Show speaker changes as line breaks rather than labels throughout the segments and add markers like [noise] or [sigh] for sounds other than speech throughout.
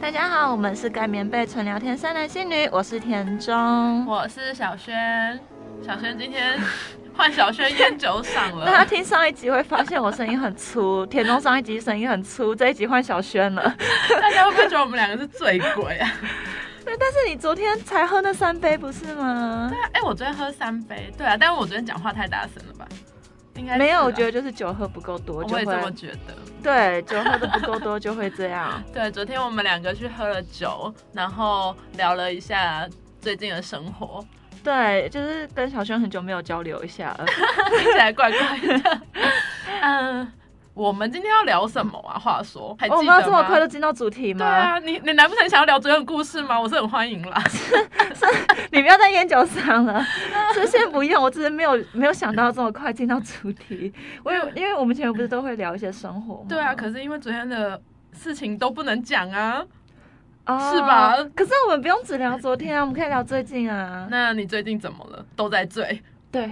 大家好，我们是盖棉被纯聊天三男性女，我是田中。
我是小轩，小轩今天换小轩烟酒嗓
[laughs] 大家
了，
听上一集会发现我声音很粗，田中上一集声音很粗，这一集换小轩了。 [laughs]
大家会不会觉得我们两个是醉鬼啊？ [laughs]
对，但是你昨天才喝那三杯不是吗？
哎、我昨天喝三杯，对啊，但是我昨天讲话太大声了吧？应该是啊
没有，我觉得就是酒喝不够多就
我
会
也这么觉得。
对，酒喝的不够多就会这
[laughs]
样。
对，昨天我们两个去喝了酒，然后聊了一下最近的生活，
对，就是跟小轩很久没有交流一下了。
听起来怪怪的。 [laughs] 嗯，我们今天要聊什么啊？话说，还记
哦我
得
们
吗？
要这么快就进到主题吗？
对啊，你你难不成想要聊昨天的故事吗？我是很欢迎啦。
你不要再烟酒嗓了，这先不用。我只是没有没有想到这么快进到主题。我有，因为我们前面不是都会聊一些生活吗？
对啊，可是因为昨天的事情都不能讲啊。
哦
是吧
可是我们不用只聊昨天啊，我们可以聊最近啊。
那你最近怎么了？都在醉。 [laughs]
对，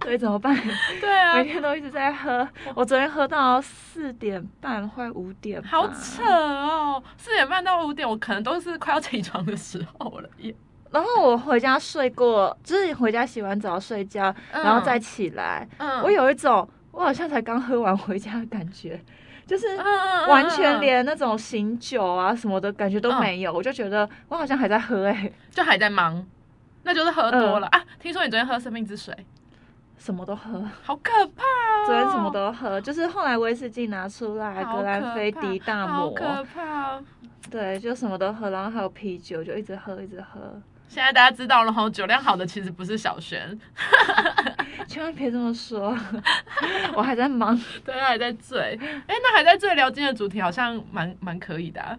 对，怎么办？
对啊
每天都一直在喝，我昨天喝到四点半，快五点吧。
好扯哦！四点半到五点，我可能都是快要起床的时候了耶。
然后我回家睡过，就是回家洗完澡睡觉，
嗯
然后再起来，
嗯
我有一种我好像才刚喝完回家的感觉，就是
嗯嗯嗯
完全连那种醒酒啊什么的感觉都没有，我就觉得我好像还在喝哎、
就还在忙，那就是喝多
嗯
了、啊。听说你昨天喝生命之水，
[laughs] 什么都喝，
好可怕哦！
昨天什么都喝，就是后来威士忌拿出来，
好
格
可怕
兰菲迪大
好
摩，
可怕哦！
对，就什么都喝，然后还有啤酒，就一直喝一直喝，
现在大家知道了吼，酒量好的其实不是小璇，
千万别这么
[laughs]
说，我还在忙，
对，还在醉。哎、那还在醉聊今天的主题，好像蛮蛮可以的、啊。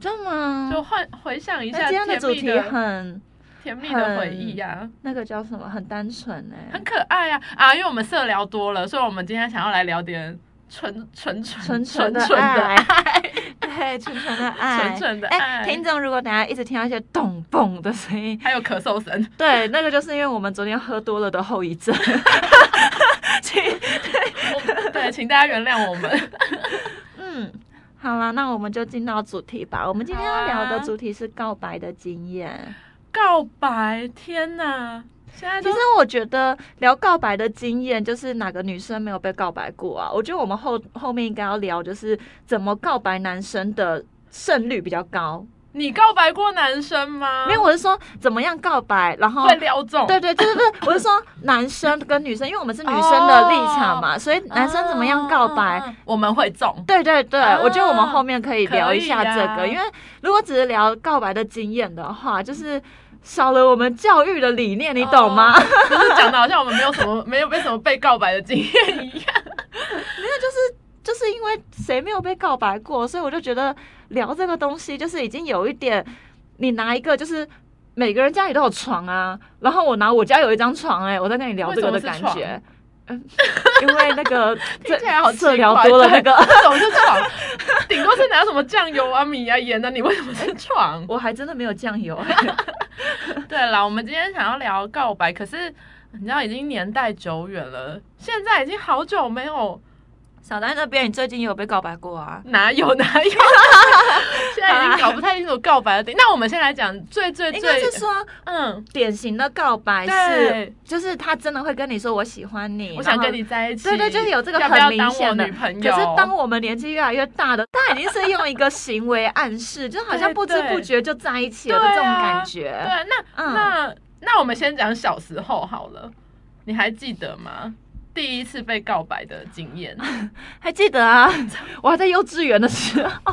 真的吗？
就换回想一
嗯那
下
今天
甜
的
蜜
主题很
甜蜜的回忆呀、
那个叫什么，很单纯哎、
很可爱呀啊因为我们色聊多了，所以我们今天想要来聊点纯纯
纯
纯
纯的
纯
爱
爱，
[laughs] 对，纯纯的爱，
[laughs] 纯纯的
哎
爱
听众如果等下一直听到一些咚嘣的声音，
[laughs] 还有咳嗽声。 [laughs]
对，那个就是因为我们昨天喝多了的后遗症。请
我对，请大家原谅我们。
嗯，好啦，那我们就进到主题吧。我们今天
好
要
啊
聊的主题是告白的经验。
告白，天哪！现在
其
都
实我觉得聊告白的经验，就是哪个女生没有被告白过啊？我觉得我们后后面应该要聊，就是怎么告白男生的胜率比较高。
你告白过男生吗？
没有，我是说怎么样告白，然后
会撩中。
对对，就是不是，我是说男生跟女生，因为我们是女生的立场嘛，所以男生怎么样告白，
嗯？嗯嗯我们会中。
对对对，
啊
我觉得我们后面可以聊一下这个，
可以啊
因为如果只是聊告白的经验的话，就是少了我们教育的理念，你懂吗？
哦就是讲的好像我们没有什么没有被什么被告白的经验一样。
就是因为谁没有被告白过，所以我就觉得聊这个东西就是已经有一点，你拿一个就是。每个人家里都有床啊，然后我拿我家有一张床、哎，我在跟你聊这个的感
为什么是
觉，嗯， [laughs] 因为那 [laughs] 个
听起来好
这
奇
聊
怪
多了那
对
个， [laughs]
这种是床，顶多是拿什么酱油啊、米啊、盐啊，你为什么是床？
我还真的没有酱油、 [laughs]
对啦，我们今天想要聊告白，可是你知道已经年代久远了，现在已经好久没有
小丹那边，你最近有被告白过啊？
哪有哪有，现在已经搞不太清楚告白的定。那我们先来讲最最
应该
最
是，说
嗯，
典型的告白是
对，
就是他真的会跟你说我喜欢你，
我想
然后
跟你。在一起，
对对，就是有这个
要不要
很明
当我
显的。
女朋
可
友？
是当我们年纪越来越大的，他已经是用一个行为暗示，就好像不知不觉就在一起了的
对
这
对
种感觉。
对，啊那、
嗯
那那我们先讲小时候好了，你还记得吗？第一次被告白的经验，
还记得啊，我还在幼稚园的时候， [laughs] 应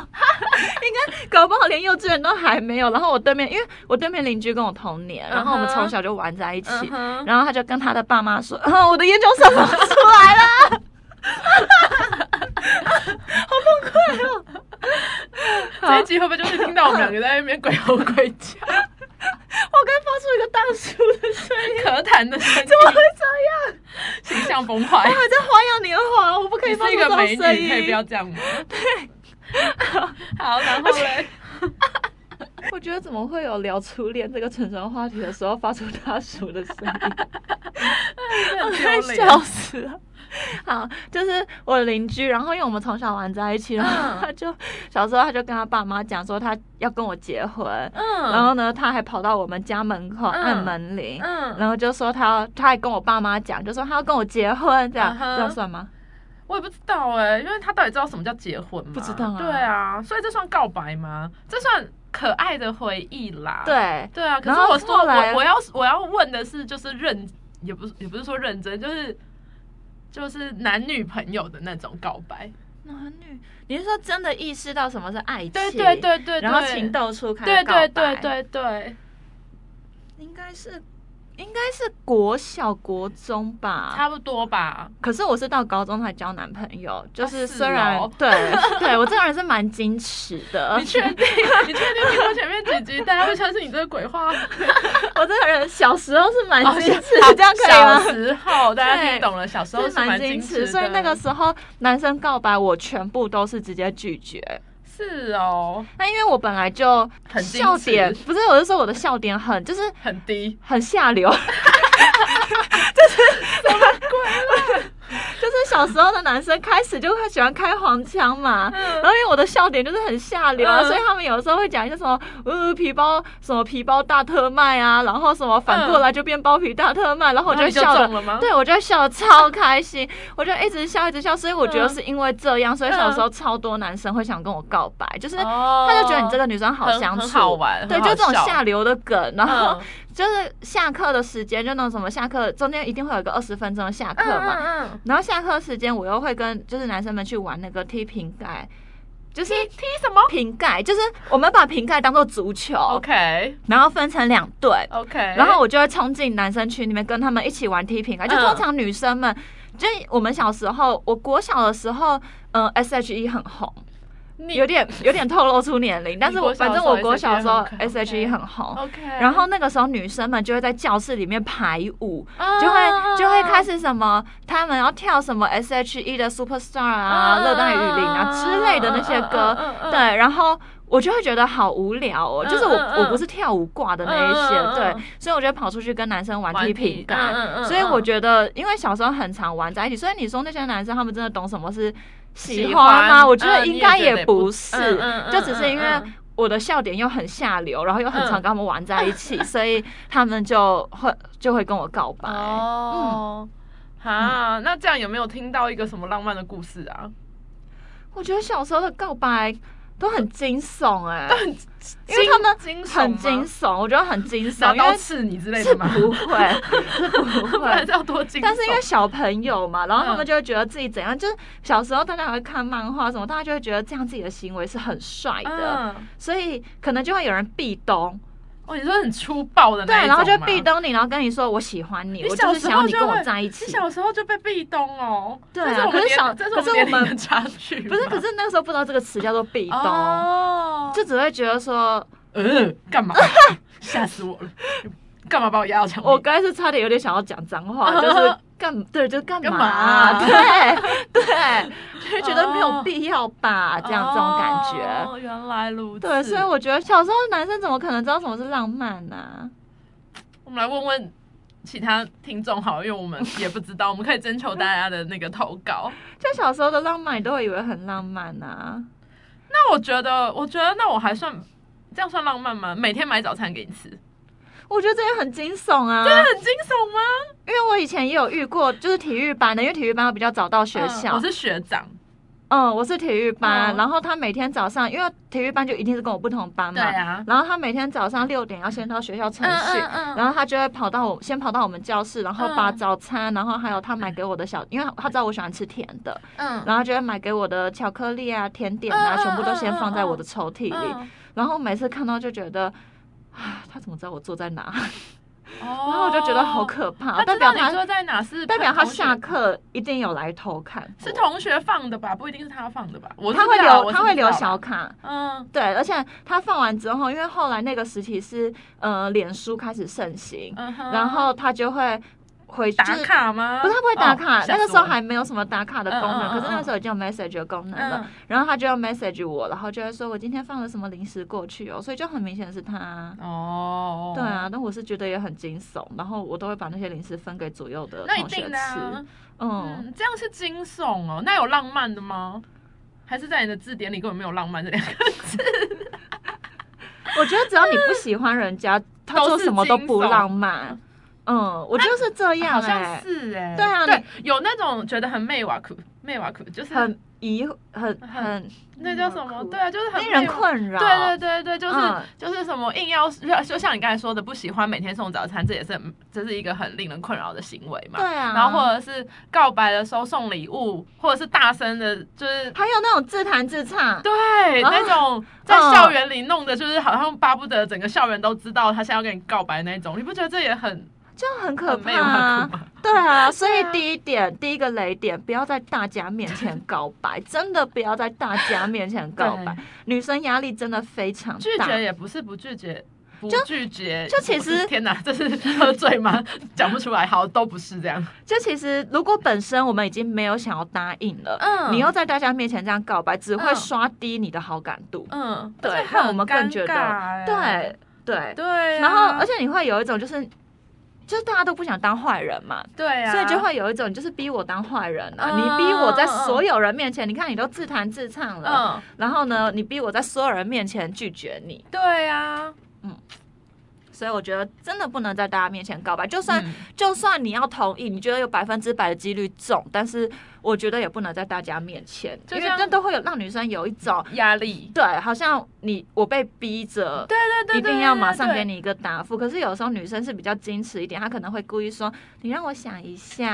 该搞不好连幼稚园都还没有。然后我对面，因为我对面邻居跟我同年，然后我们
嗯哼
从小就玩在一起。
嗯哼，
然后他就跟他的爸妈说：“啊，我的研究生出来了，好崩溃哦！”好，
这一
我
集会不会就是听到我们两个在那边鬼吼鬼叫、
[laughs] 刚发出一个大叔的声音，
咳痰的声音，
怎么会这样？
形象崩坏
我？还在花样年华，我不可以
哎你
发
是
出
一
这
个
种
美女，
声
可以不
音
要。这样吗？
[laughs]
好，然后嘞，
我觉得怎么会有聊初恋这个成人话题的时候发出大叔的声音，
真的
我
很
快
[laughs] 丢
笑
脸。
死了。好，就是我的邻居，然后因为我们从小玩在一起，然后
嗯
他就小时候他就跟他爸妈讲说他要跟我结婚，
嗯，
然后呢，他还跑到我们家门口
嗯
按门铃，
嗯，
然后就说他要，他还跟我爸妈讲，就说他要跟我结婚，这样、
嗯哼
这样算吗？
我也不知道哎、因为他到底知道什么叫结婚吗？
不知道啊
对啊，所以这算告白吗？这算可爱的回忆啦。。
对，
对啊，可
然
是
后后
我说
来
我我要我要问的是，就是认也不是也不是说认真，就是就是男女朋友的那种告白。
男女，你是说真的意识到什么是爱情？
对对对对，
然后
对
情窦初开，
对对对，对对，
应该是应该是国小国中吧，
差不多吧。
可是我是到高中才交男朋友，就
啊
是
是
虽然、
哦 [laughs]
对对我这个人是蛮矜持的，
你确定？你确定听过前面几集，大家会相信你这个鬼话？
[laughs]
哦
我这个人小时候是蛮矜持，
好
这样可以
小
吗？
时候大家
对
听懂了，小时候
是蛮矜
持
持，
的，
所以那个时候男生告白我全部都是直接拒绝。
是哦，
那因为我本来就
很矜持
笑点不是，我是说我的笑点很就是
很低。
很下
[laughs]
流，就是 [laughs] 就是小时候的男生开始就会喜欢开黄腔嘛，然后因为我的笑点就是很下流啊，
嗯
所以他们有的时候会讲一些什么呃皮包什么皮包大特卖啊，然后什么反过来就变包皮大特卖，然后我
然后嗯你就
笑
中了吗
对我就笑的超开心，我就一直笑一直笑，所以我觉得是因为这样，所以小时候超多男生会想跟我告白，就是。
嗯哦
他就觉得你这个女生好
很
相处，
很好玩
对，
很好
就这种
笑
下流的梗，然后
嗯
就是下课的时间，就那种什么下课中间一定会有一个二十分钟的下课嘛，
嗯嗯嗯
然后下课时间我又会跟就是男生们去玩那个踢瓶盖，就是
踢踢什么
瓶盖，就是我们把瓶盖当做足球
？OK
然后分成两队，
OK，
然后我就会冲进男生群里面跟他们一起玩踢瓶盖，就
嗯
通常女生们。就我们小时候，我国小的时候，嗯、s H E 很红，
你
有点有点透露出年龄，但是我
国小
反
的时
正
候
我国小的时候
SHE 很
，S
红
H E 很红，
OK，
然后那个时候女生们就会在教室里面排舞，
啊
就会就会开始什么，他们要跳什么 S H E 的 Superstar 啊、
嗯
热带雨林啊之类的那些歌
嗯嗯嗯，嗯
对，然后。我就会觉得好无聊哦，
嗯
就是我
嗯嗯
我不是跳舞挂的那一
嗯嗯
些，
嗯
对
嗯，
所以我就跑出去跟男生玩
玩
踢
踢
瓶盖
嗯嗯嗯，嗯
所以我觉得，因为小时候很常玩在一起，所以你说那些男生他们真的懂什么是喜
喜
欢吗？
欢
我觉得
嗯
应该
你也觉得
也
也不
不是
嗯嗯，嗯
就只是因为
嗯嗯
我的笑点又很下流，然后又很常跟他们玩在一起，所以他们就会就会跟我告白。嗯
哦。啊，那这样有没有听到一个什么浪漫的故事啊？
我觉得小时候的告白都很惊悚哎、因
因
为他们
惊悚
很
吗
惊悚，我觉得很惊悚，
拿
因
刀
为
刺你之类
是
的吗？
不
[laughs]
会，是不
不然
会
这。要多惊悚。
但是因为小朋友嘛，然后他们
嗯
就会觉得自己怎样，就是小时候大家还会看漫画什么，大家就会觉得这样自己的行为是很帅的，
嗯，
所以可能就会有人壁咚，
哦，你说很粗暴的那
对，
一种
然后就
吗
壁。咚你，然后跟你说我喜欢你，
你
我
小
是
时
想要
候
你跟
就
我
会
在一
你
起。
小时候就被壁咚哦，
对
这
啊
是
可
我们
是
年
小
这是
可是
我们
我
年 [laughs] 龄
们
的差距吧，
不是，可是那个时候不知道这个词叫做壁咚，
哦，
就只会觉得说，
嗯，干 [laughs] 嘛？吓死我了！干嘛把我压到墙壁？
我刚才是差点有点想要讲脏话，
[laughs] 啊
就是干对，就是干
干
嘛？
嘛
对
[laughs]
对，就是觉得没有
哦
必要吧，这样这种感觉。
哦，原来如此。
对，所以我觉得小时候男生怎么可能知道什么是浪漫啊呢、
我们来问问其他听众好了，因为我们也不知道，我们可以征求大家的那个投稿。 [laughs]
就小时候的浪漫，你都会以为很浪漫啊。
那我觉得，我觉得那我还算这样算浪漫吗？每天买早餐给 [laughs] 你吃，
我觉得这也很惊悚啊，
很惊悚吗？
因为我以前也有遇过，就是体育班的，因为体育班要比较早到学校。
嗯我是学长，
嗯，我是体育班，
嗯
然后他每天早上，因为体育班就一定是跟我不同班嘛，
对啊
然后他每天早上六点要先到学校晨训，
嗯嗯嗯
然后他就会跑到我先跑到我们教室，然后把
嗯
早餐，然后还有他买给我的小，因为他知道我喜欢吃甜的，
嗯
然后就会买给我的巧克力啊、甜点啊，
嗯嗯
全部都先放在我的
嗯嗯
抽屉里，
嗯
然后每次看到就觉得。啊，他怎么知道我坐在哪？
哦，
然后我就觉得好可怕，
他
代
知
表
道你
他
坐在哪是
代表他
同学
下课一定有来偷看过，
是同学放的吧？不一定是他放的吧？我是
他会
不知道嗯
留他会留小，卡，
我是不知道啦
对，而且他放完之后，因为后来那个时期是呃，脸书开始盛行
嗯，嗯哼
然后他就会。回
打
就是
卡吗？
不是他不会打卡，
哦
那个时候。
吓死
还没有什么打卡的功
嗯
能，
嗯嗯
可是那个时候已经有 message 的功
我
能
了
了。
嗯，
然后他就要 message 我，然后就会说我今天放了什么零食过去哦，所以就很明显是他。
哦，
对啊，，但我是觉得也很惊悚，然后我都会把那些零食分给左右的
那一
同学
定的、啊
吃。。嗯，
嗯，这样是惊悚哦。那有浪漫的吗？还是在你的字典里根本没有浪漫这两个字？
我觉得只要你不喜欢人
[laughs]
家，他做什么都不浪漫。嗯，我就是这
[laughs]
样
好像
哎、
是哎、
对啊
对，有那种觉得很媚瓦苦，媚瓦苦就是
很疑，很很
那叫什么？对啊，就是很
令人
媚瓦
困扰。
对对对对，就是、
嗯
就是什么硬要，就像你刚才说的，不喜欢每天送早餐，这也是很这是一个很令人困扰的行为嘛。
对啊，
然后或者是告白的时候送礼物，或者是大声的，就是
还有那种自弹自唱，
对、
啊
那
[laughs]
种在校园里弄的，就是好像巴不得整个校园都知道他现在要跟你告白那种，你不觉得这也很
这样很可怕、
很嗯没有很
啊
酷。吗？
对啊，所以
对啊
第一点，第一个雷点，不要在大家面前告白，真的不要在大家面前告白，女生压力真的非常
拒
大。
绝也不是不拒绝。不
就
拒绝，
就其
我是
实
天哪，这是喝醉吗？讲不出来，好，都不是这样。
就其实，如果本身我们已经没有想要答应了，
嗯
你又在大家面前这样告白，只会
嗯
刷低你的好感度。
嗯，
对
而且
那我
很
们更
尴
觉得
尬欸
对对，
对啊、
然后而且你会有一种就是，就是大家都不想当坏人嘛。
对啊，
所以就会有一种，你就是逼我当坏人啊！
嗯
你逼我在
嗯嗯
所有人面前，你看你都自弹自唱了，
嗯，
然后呢，你逼我在所有人面前拒绝你，
对啊，
所以我觉得真的不能在大家面前告白。就算、
嗯
就算你要同意，你觉得有百分之百的几率中，但是我觉得也不能在大家面前，
就
因为
像
这都会有让女生有一种
压力，
对，好像你我被逼着。
对
一
对对，
定要马上给
你。
你一个答复，可是有时候女生是比较矜持一点，她可能会故意说：“你让我想一下。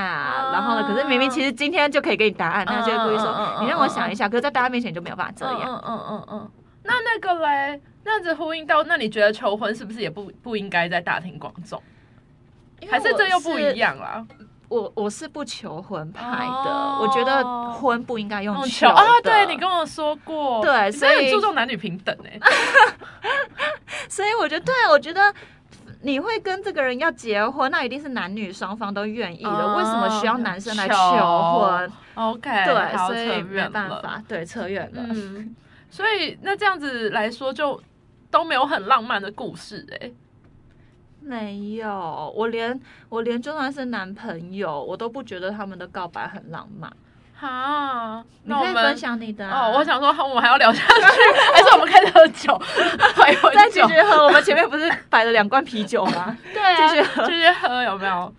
然后呢，可是明明其实今天就可以给你答案，
嗯
她就会故意说：“
嗯嗯嗯
你让我想一下。可是，在大家面前就没有办法这
嗯
样。
嗯嗯嗯嗯。那那个嘞，那样子呼应到，那你觉得求婚是不是也不不应该在大庭广众？
因为
还是
我
这又不一样啦？
我我是不求婚派的，
哦
我觉得婚不应该用
用
求
求啊，
的
对你跟我说过，
对
你真的
所以
很注重男女平等
[laughs]
哎、
所以我觉得，对我觉得你会跟这个人要结婚，那一定是男女双方都愿意的，
哦
为什么需要男生来
求
求婚？
OK，
对，
好
所以
扯
没
远
办
了
法，对，扯远了。
嗯，所以那这样子来说，就都没有很浪漫的故事哎、
没有，我连我连就算是男朋友，我都不觉得他们的告白很浪漫。
哈，
你
那我
可以
们
分享你的啊、
哦，我想说，我们还要聊下去， [laughs] 还是我们开始喝酒，
再
回婚
继
酒？
续喝。我们前面不是摆了两罐啤酒
[laughs]
吗？
对啊，
继续喝
继续喝，有没有？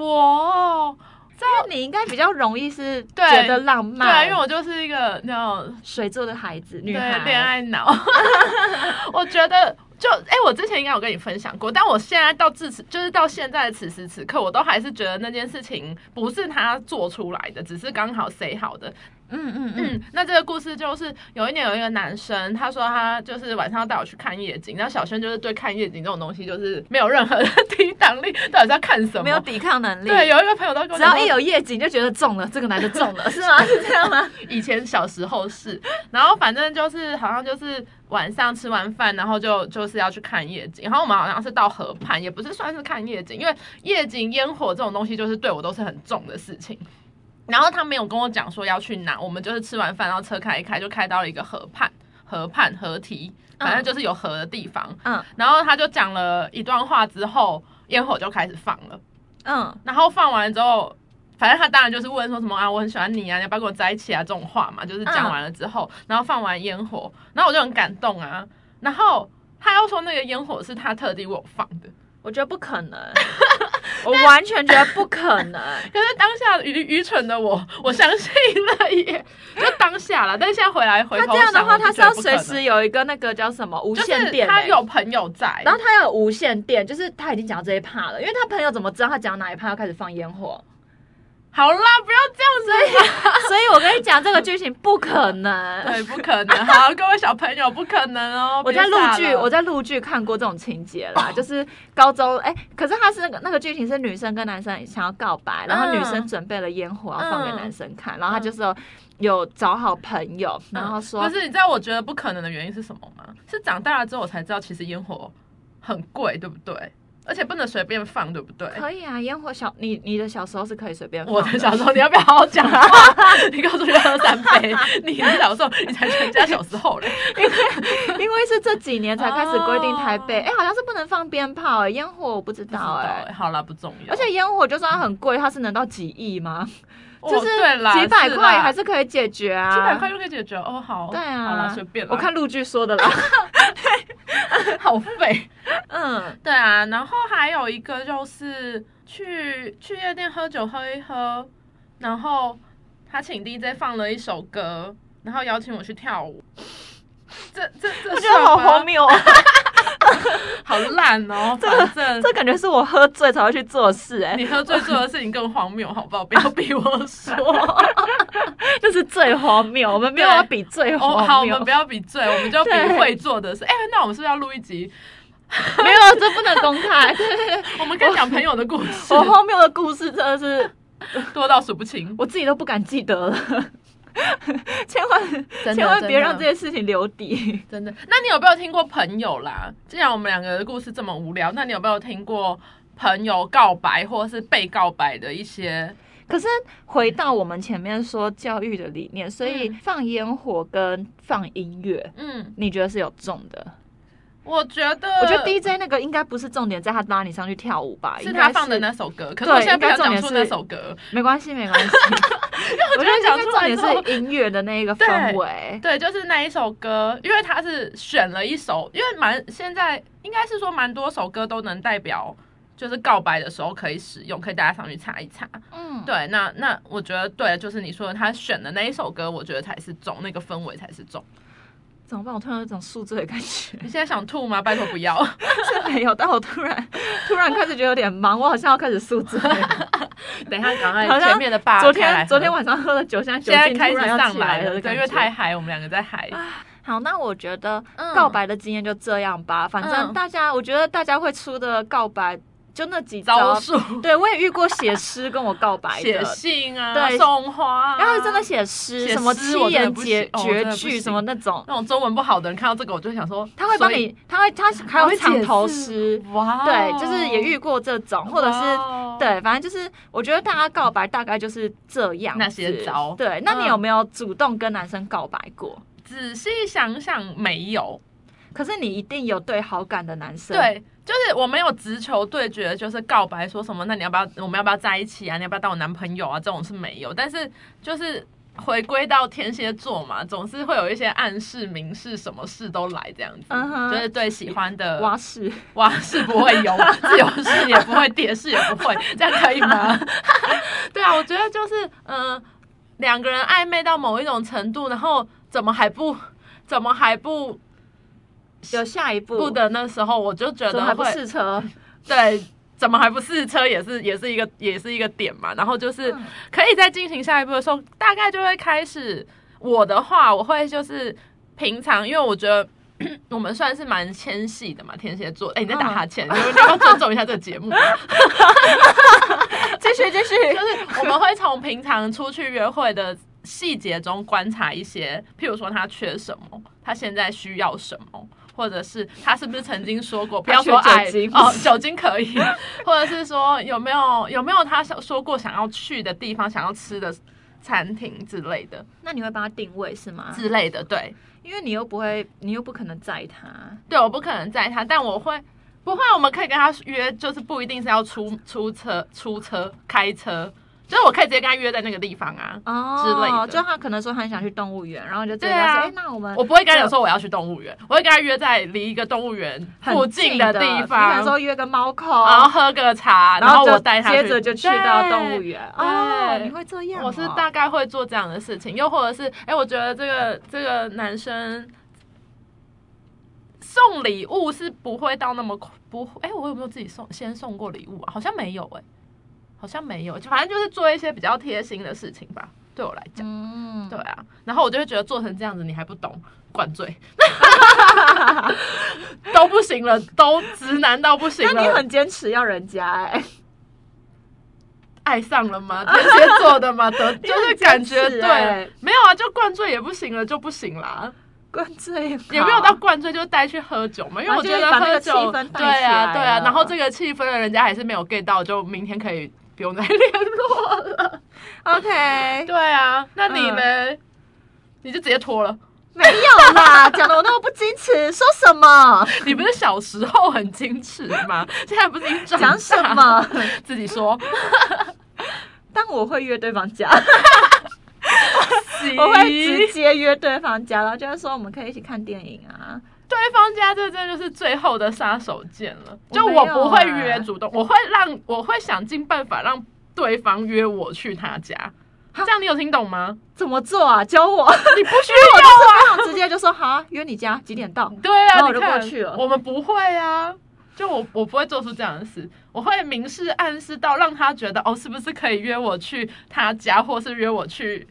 我
但你应该比较容易是
对
觉得浪
对啊，
漫，
因为我就是一个那种
水做的孩子，女
对
孩
恋爱脑，
[laughs]
我觉得。就哎、我之前应该有跟你分享过，但我现在到至此，就是到现在的此时此刻，我都还是觉得那件事情不是他做出来的，只是刚好 say 好的。
嗯嗯嗯
嗯，那这个故事就是有一年有一个男生，他说他就是晚上要带我去看夜景，然后小轩就是对看夜景这种东西就是没有任何的 [laughs] 抵挡力，到底是要看什么？
没有抵抗能力。
对，有一个朋友都跟我
只
讲
要
说
一有夜景就觉得中了，这个男的中
[laughs]
了，是吗？是这样吗？
以前小时候是，然后反正就是好像就是晚上吃完饭，然后就就是要去看夜景，然后我们好像是到河畔，也不是算是看夜景，因为夜景烟火这种东西就是对我都是很重的事情。然后他没有跟我讲说要去哪，我们就是吃完饭，然后车开一开就开到了一个河畔，河畔河堤，反正就是有河的地方。
嗯
然后他就讲了一段话之后，烟火就开始放了。
嗯，
然后放完之后，反正他当然就是问说什么啊，我很喜欢你啊，你要不要跟我在一起啊这种话嘛，就是
嗯
讲完了之后，然后放完烟火，然后我就很感动啊。然后他又说那个烟火是他特地为我放的，
我觉得不可能， [laughs] 我完全觉得不可
[laughs]
能。
可是当下愚愚蠢的我， [laughs] 我相信了耶，就当下了。但是现在回来回
他
头
这样的
想
话，
我
他
就是觉得
要
不可
随
能
时有一个那个叫什么无
就
线
是
电、
他
欸，
有朋友在，
然后他有无线电，就是他已经讲到这一趴了，因为他朋友怎么知道他讲哪一趴要开始放烟火？ [laughs]
好啦，不要这样子啦。
所以我跟你讲，这个剧情不可能。
对，哎不
[laughs]
可能。好，各位小朋友，不可能哦。
我在
别
陆
傻
剧，
了哦
我在陆剧看过这种情节啦，就是高中哎、可是他是那个那个剧情是女生跟男生想要告白，然后女
嗯
生准备了烟火要放给男生看，然后他就是有有找好朋友，然后说
不嗯是，你知道我觉得不可能的原因是什么吗？是长大了之后我才知道，其实烟火很贵，对不对？而且不能随便放，对不对？
可以啊，烟火小你你的小时候是可以随便放
我的小时候，你要不要好好讲话？你告诉人家喝三
[laughs]
杯，你的小时候，你才是人家小时候嘞。
[laughs] 因为是这几年才开始规定台北，
[laughs] 哦
哎、好像是不能放鞭炮、哎烟火我不知
不知
道
道
哎、
哎好啦，不重要。
而且烟火就算它很贵，它是能到几亿吗？
哦
就是
对啦，
几百
是
块
啦
还是可以解决啊，
几百块就可以解决哦。好，
对啊
好啦，随便啦。
我看陆剧说的啦，
[laughs] 好废。
嗯，
对啊，然后还有一个就是去去夜店喝酒喝一喝，然后他请 DJ 放了一首歌，然后邀请我去跳舞。 [laughs] 这这这
我觉得好
算吗
荒，谬哦，
好烂哦！反
[laughs]
正
这感觉是我喝醉才会去做的事、 [laughs] 哎，
[laughs] 你喝醉做的事情更荒谬，好不
[laughs]
好？不要逼我说。
这是最荒谬，我们没有
对
要比最
哦，好，
荒
我
谬，[laughs]
们不要比醉，我们就比
对
会做的事。哎、那我们是不是要录一集？
没有，这不能公开。
我们可以讲朋友的故
[laughs]
事
我，荒谬的故事真的是
多到数不清。
我自己都不敢记得了， [laughs] 千万
真的
千万别让
真
这
的
些事情留底。
真的，那你有没有听过朋友啦？既然我们两个的故事这么无聊，那你有没有听过朋友告白或是被告白的一些？
[laughs] 可是回到我们前面说教育的理念，所以
嗯
放烟火跟放音乐，
嗯，
你觉得是有重的？
我觉得，
我觉得 DJ 那个应该不是重点，在他拉你上去跳舞吧？
是
应
他
该
放的那首歌，可是我
对
现在不
应该
想
重
讲
点
出那
是
首歌。
没关系，没关 [laughs] 系。我觉得应
讲
该
出
重
来
点
之后
是音乐的那个
对
氛围。
对，就是那一首歌，因为他是选了一首，因为蛮现在应该是说蛮多首歌都能代表，就是告白的时候可以使用，可以大家上去查一查。
嗯，
对，那那我觉得对，就是你说的他选的那一首歌，我觉得才是重，那个氛围才是重。
怎么办？我突然有一种宿醉的感 [laughs] 觉。
你现在想吐吗？拜托
[laughs]
不要。
是没有，但我突然突然开始觉得有点忙，我好像要开始宿 [laughs] 醉了。
等一下，赶快
好像
前面的爸
昨
开来
天
喝
昨天晚上啊喝了酒，现在酒
现在
精
开
突
始
然要
上
起来
了，
了，
对，因为太……嗨，我们两个在嗨。
好。那我觉得
嗯
告白的经验就这样吧，反正
嗯
大家，我觉得大家会出的告白就那几
招
招。
数、
对，我也遇过写诗跟我告白
写
的。
信啊，
对
送花、啊，
然后真的写诗，
写诗
什么七
我真的
言
不
绝
行哦我真
绝
的不
句
行
什么那种，
那种中文不好的人看到这个，我就会想说，
他会帮
所以
你，他会他还有藏头诗，
哇哦，
对，就是也遇过这种，或者是
哇哦，
对，反正就是我觉得大家告白大概就是这样子
那些招
对，那你
嗯
有没有主动跟男生告白过？
仔细想想没有，
可是你一定有对好感的男生，，
嗯对。就是我没有直球对决，就是告白说什么，那你要不要，我们要不要在一起啊？你要不要当我男朋友啊？这种是没有，但是就是回归到天蝎座嘛，总是会有一些暗示、明示，什么事都来这样子
嗯哼
就是对喜欢的
哇是，
哇是不会有，自由式也不会， [laughs] 蝶式也不会，这样可以吗？ [laughs] 对啊，我觉得就是嗯，两、个人暧昧到某一种程度，然后怎么还不怎么还不
有下一步
不，的那时候，我就觉
怎么
得
还不
会
试
[laughs]
车？
对。怎么还不试车也是也是一个也是一个点嘛，然后就是
嗯
可以在进行下一步的时候，大概就会开始。我的话，我会就是平常，因为我觉得 [coughs] 我们算是蛮纤细的嘛，天蝎座。哎、你在打哈欠，你要不要尊重一下这个节目？
继续继续，
就是我们会从平常出去约会的细节中观察一些，譬如说他缺什么，他现在需要什么，或者是他是不是曾经说过不要说
他
爱
缺酒精
哦，酒精可以， [laughs] 或者是说有没有有没有他想说过想要去的地方、想要吃的餐厅之类的
那你会帮他定位是吗？
之类的，对。
因为你又不会，你又不可能载他，
对，我不可能载他，但我会不会？我们可以跟他约，就是不一定是要出出车、出车、开车，就是我可以直接跟他约在那个地方啊。
哦
之类的
就他可能说他很想去动物园，然后你就直接
对啊
说，哎，那我们
我不会跟他讲说我要去动物园，我会跟他约在离一个动物园
很
附
近
的
的
地
你可能
方，哦
说约个猫口，
然后喝个茶，然后
就
我带他
接着就去到动物。
对
园。哦，
对
你会这样哦？
我是大概会做这样的事情，又或者是，哎、我觉得这个这个男生送礼物是不会到那么快不会，哎、我有没有自己送先送过礼物啊？好像没有、哎，好像没有，就反正就是做一些比较贴心的事情吧，对我来讲，
嗯，
对啊，然后我就会觉得做成这样子你还不懂，灌
[laughs]
醉，都不行了，都直男到不行
那你
了，
很坚持要人家哎、
爱上了吗？天蝎
[laughs]
座的吗？得就是感觉
你很坚持欸
对，没有啊，就灌醉也不行了，就不行啦。
灌醉也
也没有到灌醉，就带去喝酒嘛，因为我觉得
反正
喝
就是把那
酒，
个气氛带
对
起来
啊对啊，
了
然后这个气氛人家还是没有 get 到，就明天可以不用再联络
[laughs]
了。
OK，
[laughs] 对啊，那你呢？你就直接脱了。
没有啦，讲的我那么不矜持，说什么？ [laughs]
你不是小时候很矜持吗？ [laughs] 现在不是已经长大
讲什么？
[laughs] 自
[laughs]
己说，
但我会约对方家，
行
[laughs] 我会直接约对方家，然后就是说我们可以一起看电影啊。
对方家这真的就是最后的杀手锏了。
我
就
没
我
有
不会
啊
约主动，我会让我会想尽办法让对方约我去他家。这样你有听懂
[laughs]
吗？
怎么做啊？教我。 [laughs]
你不需
我
要
就是那种直接就说好啊，约你家几点到？
对
然
啊，
后我
你
就过
看
哦去了
我们不会啊，就我我不会做出这样的事，我会明示暗示到让他觉得哦，是不是可以约我去他家，或是约我去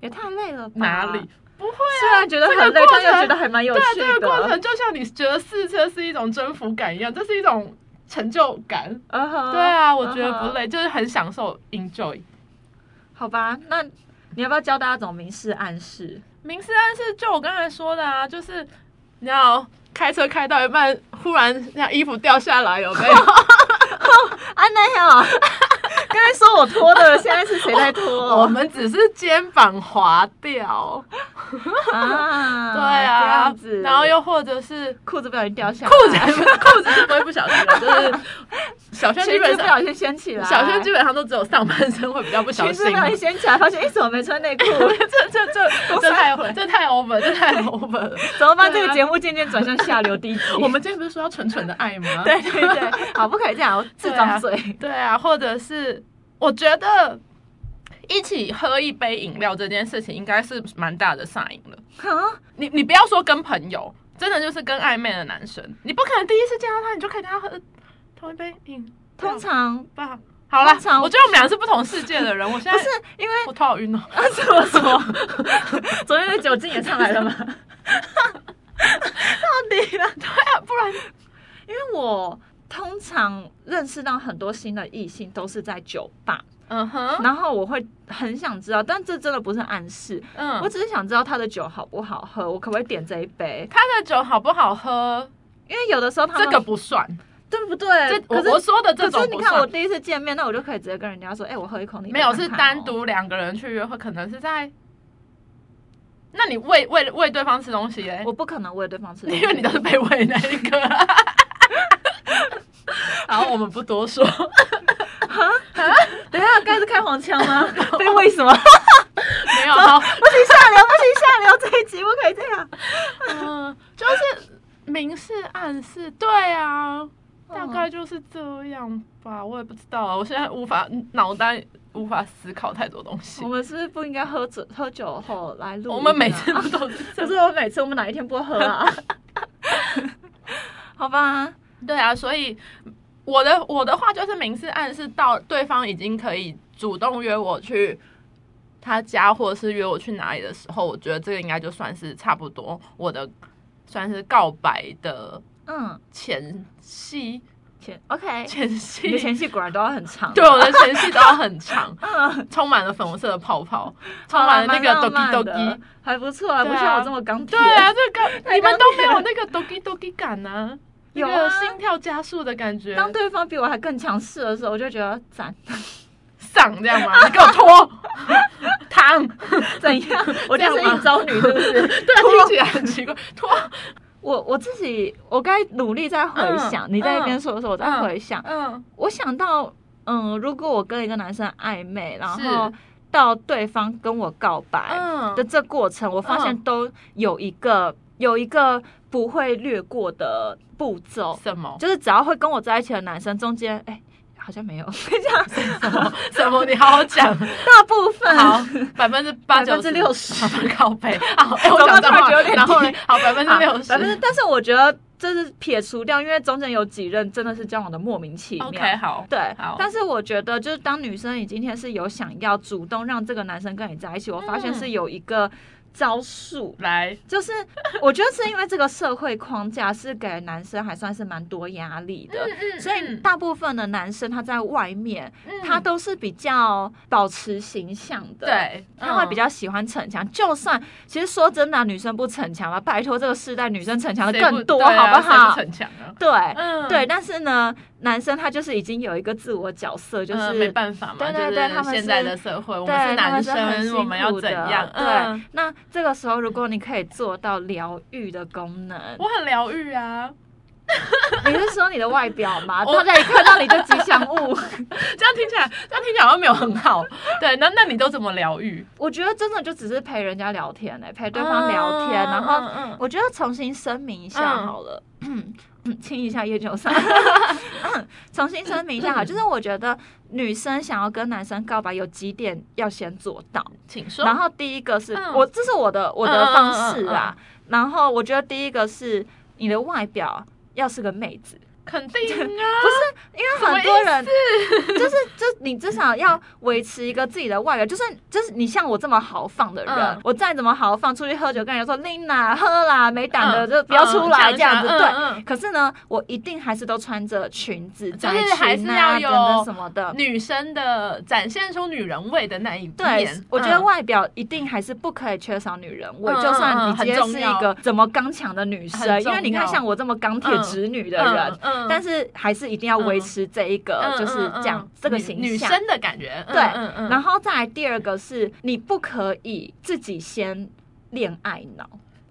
也太累了吧？
哪里？？不会啊，
虽然觉得
这个
很累，
过
但又
程
觉得还蛮有
对啊，
趣
这个过
的。
程就像你觉得试车是一种征服感一样，这是一种成就感。
嗯哼
对啊，我觉得
嗯哼
不累，就是很享受 enjoy。
好吧，那你要不要教大家怎么明示暗示？
明示暗示，就我刚才说的啊，就是你要开车开到一半，忽然那衣服掉下来，有没有？
安奈哦， [laughs] 刚才说我拖的，现在是谁在 [laughs] 拖？
我们只是肩膀滑掉，
啊，
对
这
啊
样子，，
然后又或者是
裤子不小心掉下来，
裤子裤子是不会不小心的，就是 [laughs] 小轩基
裙
本
子不
上
小心掀起来，
小轩基本上都只有上半身会比较不小
裙子不
心嘛，
小心掀起来，发现哎，诶怎么没穿内 [laughs] 裤？
这这这这太这太 over，这太 over 了。
怎么办？
对啊
这个节目渐渐转向下流低级。
我们今天不是说要纯纯的爱
[laughs]
吗？
对对对，好，不可以这样，我自装
对
嘴。
[laughs] 对啊，或者是我觉得一起喝一杯饮料这件事情，应该是蛮大的 sign 了。
啊，
你你不要说跟朋友，真的就是跟暧昧的男生，你不可能第一次见到他你就可以跟他喝同一杯饮料
通常
吧。好啦
通，常
我觉得我们俩是不同世界的人。我现
不
在
是因为
我头好晕哦、
啊，什么什么？ [laughs] 昨天的酒精也上来了吗？到底啦？
[laughs] 对啊，不然
因为我通常认识到很多新的异性都是在酒吧，
嗯哼，
然后我会很想知道，但这真的不是暗示，
嗯
我，只是想知道他的酒好不好喝，我可不可以点这一杯？
他的酒好不好喝？
因为有的时候他们
这个不算，
对不对？
这我
可
我
是
说的这
可
种
是你
不
看，我
算。
第一次见面，那我就可以直接跟人家说，哎、我喝一口你的
没有，
看
是
看哦
单独两个人去约会，可能是在。那你喂喂喂对方吃东西嘞
我？不可能为对方吃东西，
[laughs] 因为你都是被喂那一个。然后我们不多说，
[laughs] 等一下，刚才是开黄腔
[laughs]
吗？被为什么？[laughs]
没有。好
不行下流，不行下流，这一集不可以这样。
嗯，就是明示暗示，对
嗯
啊，大
哦
概就是这样吧。我也不知道啊，我现在无法脑袋无法思考太多东西
我。们是不是不应该喝酒喝酒后来录音啊？
我们每次不都
[laughs]
是这
可是
样
我每次我们哪一天不喝啊？ [laughs] 好吧，
[laughs] 对啊，所以我的我的话就是明示暗示到对方已经可以主动约我去他家，或者是约我去哪里的时候，我觉得这个应该就算是差不多我的算是告白的
嗯，
前戏，
前 OK，
前
你的
戏。
前戏果然都要很长。
对我的前戏都要很长，
[laughs] 嗯，
充满了粉红色的泡泡，充
好
满
啦
了
蛮
那个
浪
doki
漫
doki
[laughs] 的。，还不错啊，
对
不
啊
像我这么钢铁。
对啊，这个
太
你们
钢
都没
铁
有
了
那个 doki doki 感啊，
有
那个
啊
心跳加速的感觉。
当对方比我还更强势的时候，我就觉得赞，
上这样吗？你给我脱，躺，
[laughs] 怎 [laughs] 样？我就是
这样吗
应招女，是不是？
[laughs] 对，听起来很奇怪，脱，
[laughs] 我我自己，我该努力在回想。
嗯
你在一边说的时候，我在回想。
嗯，
我想到，嗯，如果我跟一个男生暧昧，然
是
后到对方跟我告白
嗯
的，这过程，我发现
嗯
都有一个有一个不会略过的步骤，
什么
就是只要会跟我在一起的男生中间，哎、好像
[laughs]
没有，这样
什么什么，你好好讲，
大部分
好，百分之八
嗯百
九
分之六
十。
十
好，靠
[laughs]
背，好，哎、我讲
怎
脏
么突然
话，
觉得有点低
然后呢，好，百分之六十，
百分之，但是我觉得这是撇除掉，因为中间有几任真的是交往的莫名其妙。
OK，好，
对
好，
但是我觉得，就是当女生你今天是有想要主动让这个男生跟你在一起，我发现
嗯
是有一个招数，
来，
就是我觉得是因为这个社会框架是给男生还算是蛮多压力
[laughs]
的，
嗯
所以大部分的男生他在外面，他都是比较保持形象的，，
对，
嗯
嗯
他会比较喜欢逞强。就算其实说真的啊、女生不逞强吧，拜托这个世代女生逞强的
谁
更多，
对啊
好不
谁
好？
逞强啊，
对，
嗯
对，但是呢，男生他就是已经有一个自我角色，就是、
嗯没办法嘛，
对对
就
对他们
现
是
在的社会，我
对，
们是
他
男
们很辛
生，我们要
苦
怎
的
样？嗯
对，那这个时候如果你可以做到疗愈的功能，
我很疗愈啊，
你是说你的外表吗？
[laughs] 我
大家一看到你就吉祥物。
[laughs] 这样听起来，这样听起来好像没有很
[laughs]
好。对，那那你都怎么疗愈？
我觉得真的就只是陪人家聊天哎、陪对方聊天，然后
嗯
我觉得重新声明一下
嗯
好了，嗯，亲一下叶九
[laughs]
三，嗯重新声明一下好，就是我觉得女生想要跟男生告白有几点要先做到，
请说。
然后第一个是、
嗯
我这是我的我的方式啊，然后我觉得第一个是你的外表要是个妹子，
肯定啊，
[laughs] 因为很多人
[laughs]
就是就你至少要维持一个自己的外表，就是就是你像我这么豪放的人，
嗯
我再怎么豪放，出去喝酒跟人家说 Lina 喝啦，没胆的、
嗯
就不要出来、
嗯
这样子，
嗯
对。
嗯
可是呢，我一定还是都穿着裙子，
就
窄
是还是
裙啊
要有
等等什么的。
嗯女生的展现出女人味的那一面，
对
嗯，
我觉得外表一定还是不可以缺少女人味。
嗯
就算
嗯
你
嗯
今天
很重
是
要
一个怎么刚强的女生，
很
因
重
为你看
要
像我这么钢铁
嗯
直女的人，，
嗯
但是还是一定要维持这一个
嗯
就是这样
嗯嗯
这个
女
形
女
象。
生的感觉，
对
嗯嗯，
然
后
后再来第二个是，你不可以自己先恋爱脑，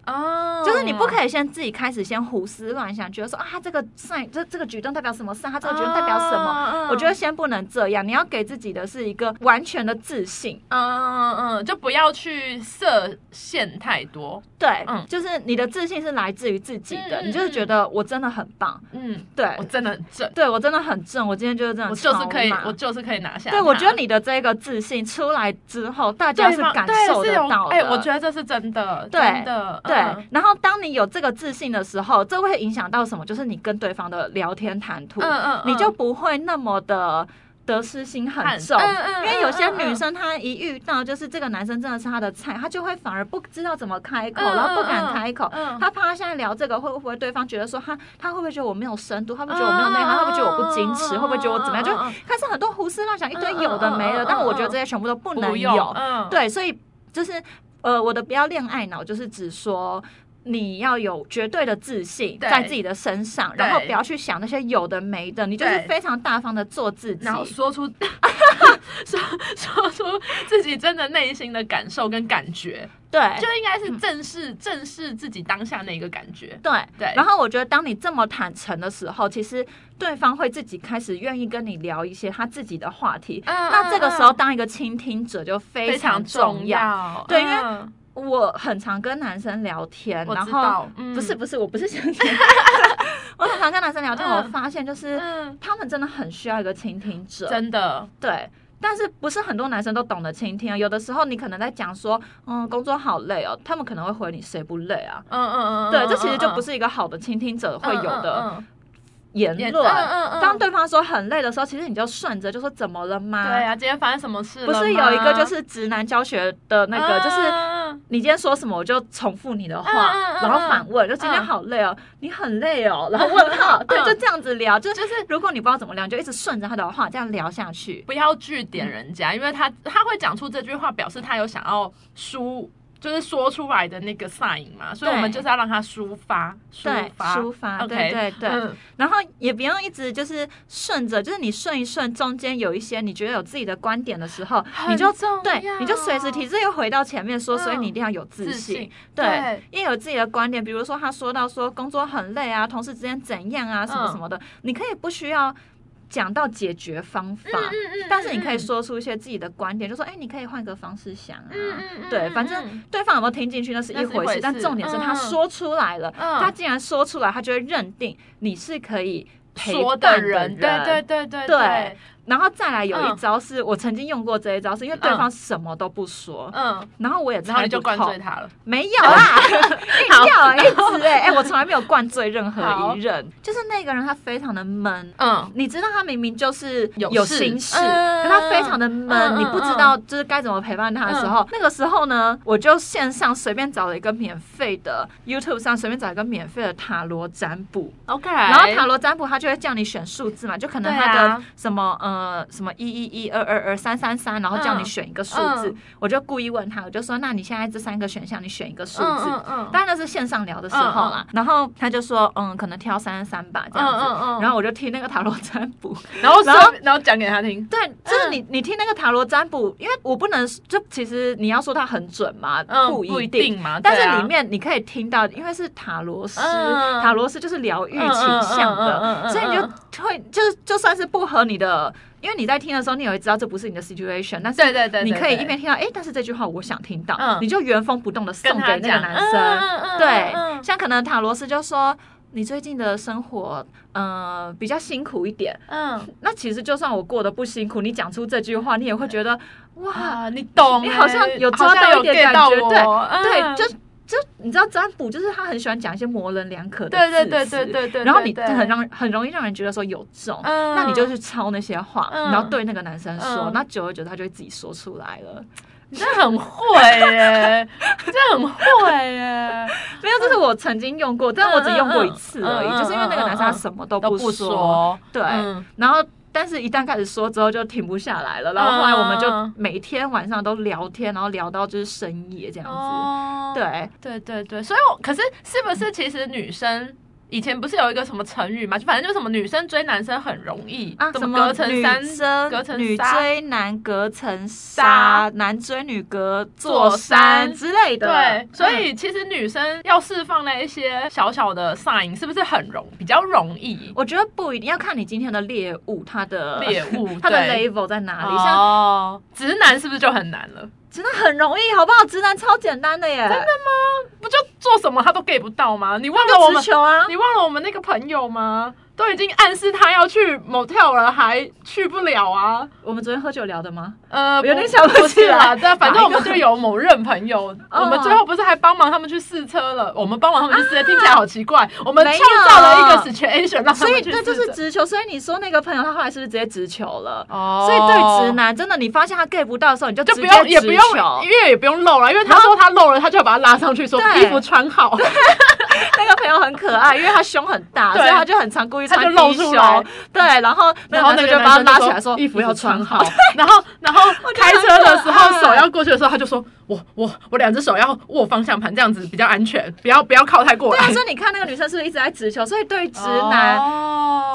哦，
就是你不可以先自己开始先胡思乱想，觉得说啊，他这个善，这这个举动代表什么啊善，他这个举动代表什么。
么
我觉得，先不能这样，你要给自己的是一个完全的自信，
嗯嗯嗯嗯，就不要去设限太多，
对，
嗯
就是你的自信是来自于自己的，
嗯嗯
你就是觉得我真的很棒，
嗯，
对
我，真的很正，
对我真的很正，我今天就是这样，
我就是可以
超，辣
我就是可以拿下它。
对，我觉得你的这个自信出来之后，大家是
对吗
感
对
受
是
得
有
到的。
哎，我觉得这是真的，
对
真的，
对
嗯，
然后当你有这个自信的时候，这会影响到什么？就是你跟对方的聊天谈吐，
嗯嗯，
你就不会那么的得失心很重。
嗯嗯嗯
因为有些
嗯嗯
女生她一遇到就是这个男生真的是她的菜，她就会反而不知道怎么开口，
嗯嗯
然后不敢开口。
嗯，
她怕她现在聊这个会不会对方觉得说她她会不会觉得我没有深度，她会不
嗯
会觉得我没有内涵，
嗯
她会不会觉得我不矜持，
嗯
会不会觉得我怎么样，就
嗯嗯
开始很多胡思乱想，一堆
嗯嗯
有的没的。
嗯嗯
但我
嗯
觉得这些全部都不
嗯
能
不
有。
用，嗯，
对，所以就是呃，我的不要恋爱脑，就是指说。你要有绝对的自信
对
在自己的身上，然后
对
不要去想那些有的没的，你就是
对
非常大方的做自己
然。后说出说说出自己真的内心的感受跟感觉，
对
就应该是正视正视自己当下那个感觉。
对
对
然后我觉得，当你这么坦诚的时候，其实对方会自己开始愿意跟你聊一些他自己的话题。
嗯
那这个时候，当一个倾听者就非
非常
常重
重
要。
要，
对因为
嗯
我很常跟男生聊天，
我
然
知
后
道，嗯
不是不是，我不是想 [laughs] 讲，我很常跟男生聊天，我
嗯
发现就是。
嗯，
他们真的很需要一个倾听者，
真的，
对。但是不是很多男生都懂得倾听啊？有的时候你可能在讲说，嗯，工作好累哦，他们可能会回你谁不累啊？
嗯嗯嗯，
对，
嗯
这其实就不
嗯
是一个好的倾听者会有的
嗯嗯
言
嗯言
论。
嗯嗯嗯
当对方说很累的时候，其实你就顺着就说怎么了吗？
对啊，今天发生什么事了
不
吗？
是有一个就是直男教学的那个，就是
嗯
你今天说什么，我就重复你的话，
嗯嗯嗯
然后反问，就今天好累哦，你很累哦，然后问号，对，
嗯
就这样子聊，就是
就是
如果你不知道怎么聊，你就一直顺着他的话这样聊下去。
不要据点人家，因为他他会讲出这句话，表示他有想要抒，就是说出来的那个 sign 嘛，所以我们就是要让他抒发，抒
对，
发，
抒发
OK，
对对对，
嗯
然后也不用一直就是顺着，就是你顺一顺，中间有一些你觉得有自己的观点的时候，你就
很重要
对，你就随时提，这又回到前面说，
嗯
所以你一定要有自
自
信，
信
对，
对
因为有自己的观点，比如说他说到说工作很累啊，同事之间怎样
嗯
啊，什么什么的，你可以不需要讲到解决方
嗯
法，但是你可以，说出一些自己的观点，就说哎，你可以换个方式想啊，
嗯嗯嗯，
对反正
嗯
对方有没有听进去那是一
那是一
回
回
事
事，
但重点是他
嗯嗯
说出来了，
嗯
他既然说出来，他就会认定你是可以陪
说
伴
人，
人
对对对对
对，然后再来有一
嗯
招是我曾经用过这一招，是因为对方什么都不说，
嗯，
然后我也
然后
猜
你
不
就灌
透
醉他了，
没有 [laughs] 啦，硬要一直哎、哎、我从来没有灌醉任何
好
一人，就是那个人他非常的闷。
嗯，
你知道他明明就是
有
有
事
心事，
嗯
可他非常的闷，
嗯嗯
你不知道就是该怎么陪伴他的时候，那个时候呢，我就线上随便找了一个免费的 YouTube 上随便找一个免费的塔罗占卜，
，OK，
然
然
后塔罗占卜它就会叫你选数字嘛，就可能它
哎对
的
啊
什么、呃什么一一一二二二三三三，然后叫你
嗯
选一个数字，
嗯
我就故意问他，我就说那你现在这三个选项你选一个数字。
嗯嗯
当然那是线上聊的时候啦，然后他就说，嗯，可能挑三十三吧，这样子。
嗯嗯嗯
然后我就听那个塔罗占
[laughs]
卜，
嗯，然后
然后
说然后讲给他听，
对，就是
嗯
你、你听那个塔罗占卜，因为我不能就其实你要说它很准嘛，
嗯，
不一
一
定。
嘛，
但
对啊
是里面你可以听到，因为是塔罗师，
嗯
塔罗师就是疗愈倾向的，
嗯嗯嗯嗯嗯嗯
所以你就会就是就算是不合你的，因为你在听的时候，你也会知道这不是你的 situation，但是
对对对，对
你可以一
对
边听到，哎、但是这句话我想听到，
嗯
你就原封不动的送
跟
给
他
那个
讲
男
嗯
生。
嗯嗯嗯
对，
嗯
像可能塔罗斯就说你最近的生活，呃，比较辛苦一点。
嗯
那其实就算我过得不辛苦，你讲出这句话，你也会觉得哇，
啊，你懂欸，
你好像有
好
抓
像
到一
有
点
get
感
到
觉
我
对
嗯
对，就就你知道占卜就是他很喜欢讲一些模棱两可的
对对
字
对
词
对对对，
然后
对
你
对
很让很容易让人觉得说有中。
嗯
那你就去抄那些话，
嗯
然后对那个男生说，
嗯
那久而久之他就会自己说出来了。
你真的很会耶，你真的很会耶，
没有，这是我曾经用过，但我只用过一次而已，
嗯嗯嗯嗯
就是因为那个男生他什么 [laughs] 都
都
不
不
说，
说，
对，
嗯
然后。但是，一旦开始说之后就停不下来了，然后后来我们
嗯
就每天晚上都聊天，然后聊到就是深夜这样子。
哦，
对，
对对对，所以我可是是不是其实女生？以前不是有一个什么成语嘛，就反正就是什么女生追男生很容易，
啊，
怎
什
隔层
女
山
生
隔层
女
纱
追男隔层纱
纱，
男追女隔座
座
山
山
之类的。
对，所
嗯
以其实女生要释放那一些小小的 sign，是不是很容比较容易
我觉得不一定要看你今天的猎物，它的
猎物？
[laughs] 它的
对
level 在哪里。像
哦，直男是不是就很难了？
直男很容易，好不好？直男超简单的耶，真的
不就做什么他都 get 不到吗？你忘了我们
直，球啊！
你忘了我们那个朋友吗？都已经暗示他要去 motel 了，还去不了啊？
我们昨天喝酒聊的吗？
呃，
有点想不
不
起
是
来
啦，对啊，反正我们就有某任朋友，
嗯啊
我们最后不是还帮忙他们去试车了？我们帮忙他们去试车，听起来好奇怪。我们
没有
创造了一个 situation 让他
所以
们去
那
试
就是
车。
直球。所以你说那个朋友他后来是不是直接直球了？
哦
所以对直男，真的你发现他 get 不到的时候，你就
就
直
不
接
用也
直
不用
球，
因。为也不用漏了，因为他说他漏了，他就要把他拉上去说
对
衣服穿好，
[laughs] 那个朋友很可爱，因为他胸很大，
对
所以他就很常故意穿
他就露
低
出
胸
来。
对，然后
[laughs] 然后
那个男生
那个
就把他
男生
拉
就
起
说
来说
衣服要穿好
衣服，
然后然后
觉得
开
很
车的时
可
候
爱
手要过去的时候，他就说我我我两只手要握方向盘，这样子比较安全，不要不要靠太过
[laughs] 对啊，
来。
所以你看那个女生是不是一直在直球？所以对于直
哦
男，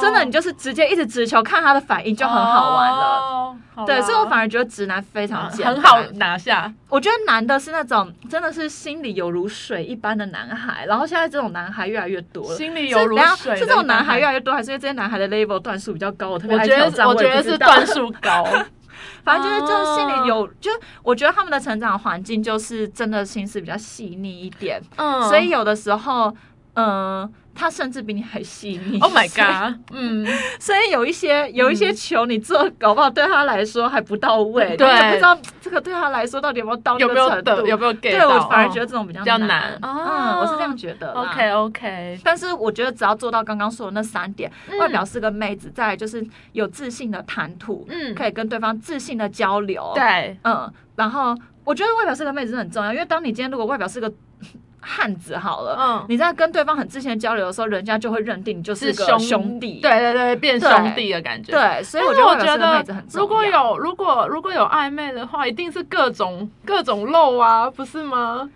真的你
就
就是直接一直直球，看他的反应就很好玩了。
了
对，所以我反而觉得直男非常简单，
很哦好拿下，
我觉得男的是那种真的是心里有如水一般的男孩，然后现在这种男孩越来越多了。
心里有如
是等下
水的一般。
是这种男孩越来越多，还是因为这些男孩的 level 段数比较高？我特别
我
爱
觉
挑战，
得
我
我觉
也
得
不
是
知道
段，数高，
[laughs] 反正就是就是心里
哦
有，就我觉得他们的成长环境就是真的心思比较细腻一点，
嗯
所以有的时候，嗯、他甚至比你还细腻。
Oh my
所以
god，嗯，
[laughs]
[laughs]
所以有一些有一些球，你做搞不好对他来说还不到位，
对
你也不知道这个对他来说到底有没有哦到那
有
个
没有
程
的
度，
有没有 get
对
到？
我反而觉得嗯这种比较
比较
难
难。
嗯，
哦
我是这样觉得啦。
OK OK，
但是我觉得只要做到刚刚说的那三点，
嗯
外表是个妹子，再来就是有自信的谈吐，
嗯，
可以跟对方自信的交流。，
对，
嗯，然后我觉得外表是个妹子真的很重要，因为当你今天如果外表是个汉子好了，
嗯，
你在跟对方很自信的交流的时候，人家就会认定你就是个兄弟。
对对对，变
对
兄弟的感觉。
对，所以
但
我觉得外
是我
表
觉
是个妹
得
子很，重要。
如果有如果如果有暧昧的话，一定是各种各种露啊，不是吗？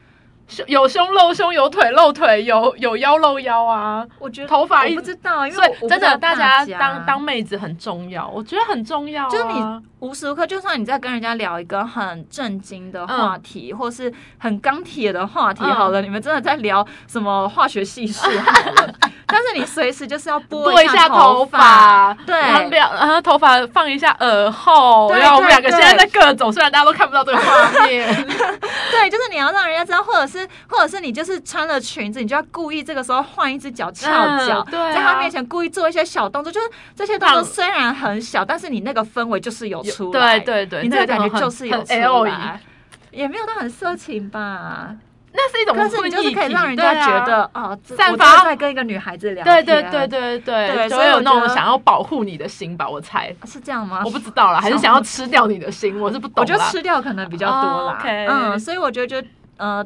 胸有胸露胸，有腿露腿，有有腰露腰啊。
我觉得
头发
我
一
不知道，因为
所
我我不
以真
知道
的，
大
家
家
当当妹子很重要，我觉得很重要、啊。
就是你无时无刻，就算你在跟人家聊一个很震惊的话题，或是很钢铁的话题，
嗯 [laughs]
好了，你们真的在聊什么化学系数好了，但是你随时就是要拨
拨一
下
下头
发，
发，
对
然后两，然后头发放一下耳后，
对
然后我们两个
对
现
对
在在各种，虽然大家都看不到这个画面，
对，就是你要让人家知道，或者是或者是你就是穿了裙子，你就要故意这个时候换一只脚翘脚，
嗯对啊
在他面前故意做一些小动作，就是这些动作
让
虽然很小，但是你那个氛围就是有出来，
[laughs] 对对对，
你那个
这
感
种
觉
很
就是有
很
出
L E 一，
来，也没有到很色情吧，
那是一种
但是你就是可以让人家觉得、哦，这
啊散
我
发
就是在跟一个女孩子聊
对
天，
啊。对对对对
对
就
所以
会
我
有那种
觉得
想要保护你的心吧，我猜，
是这样吗？
我不知道啦，还是想要吃掉你的心，我是不懂
啊我觉得
啦。
吃掉可能比较多啦
哦，OK
嗯，所以我觉得就呃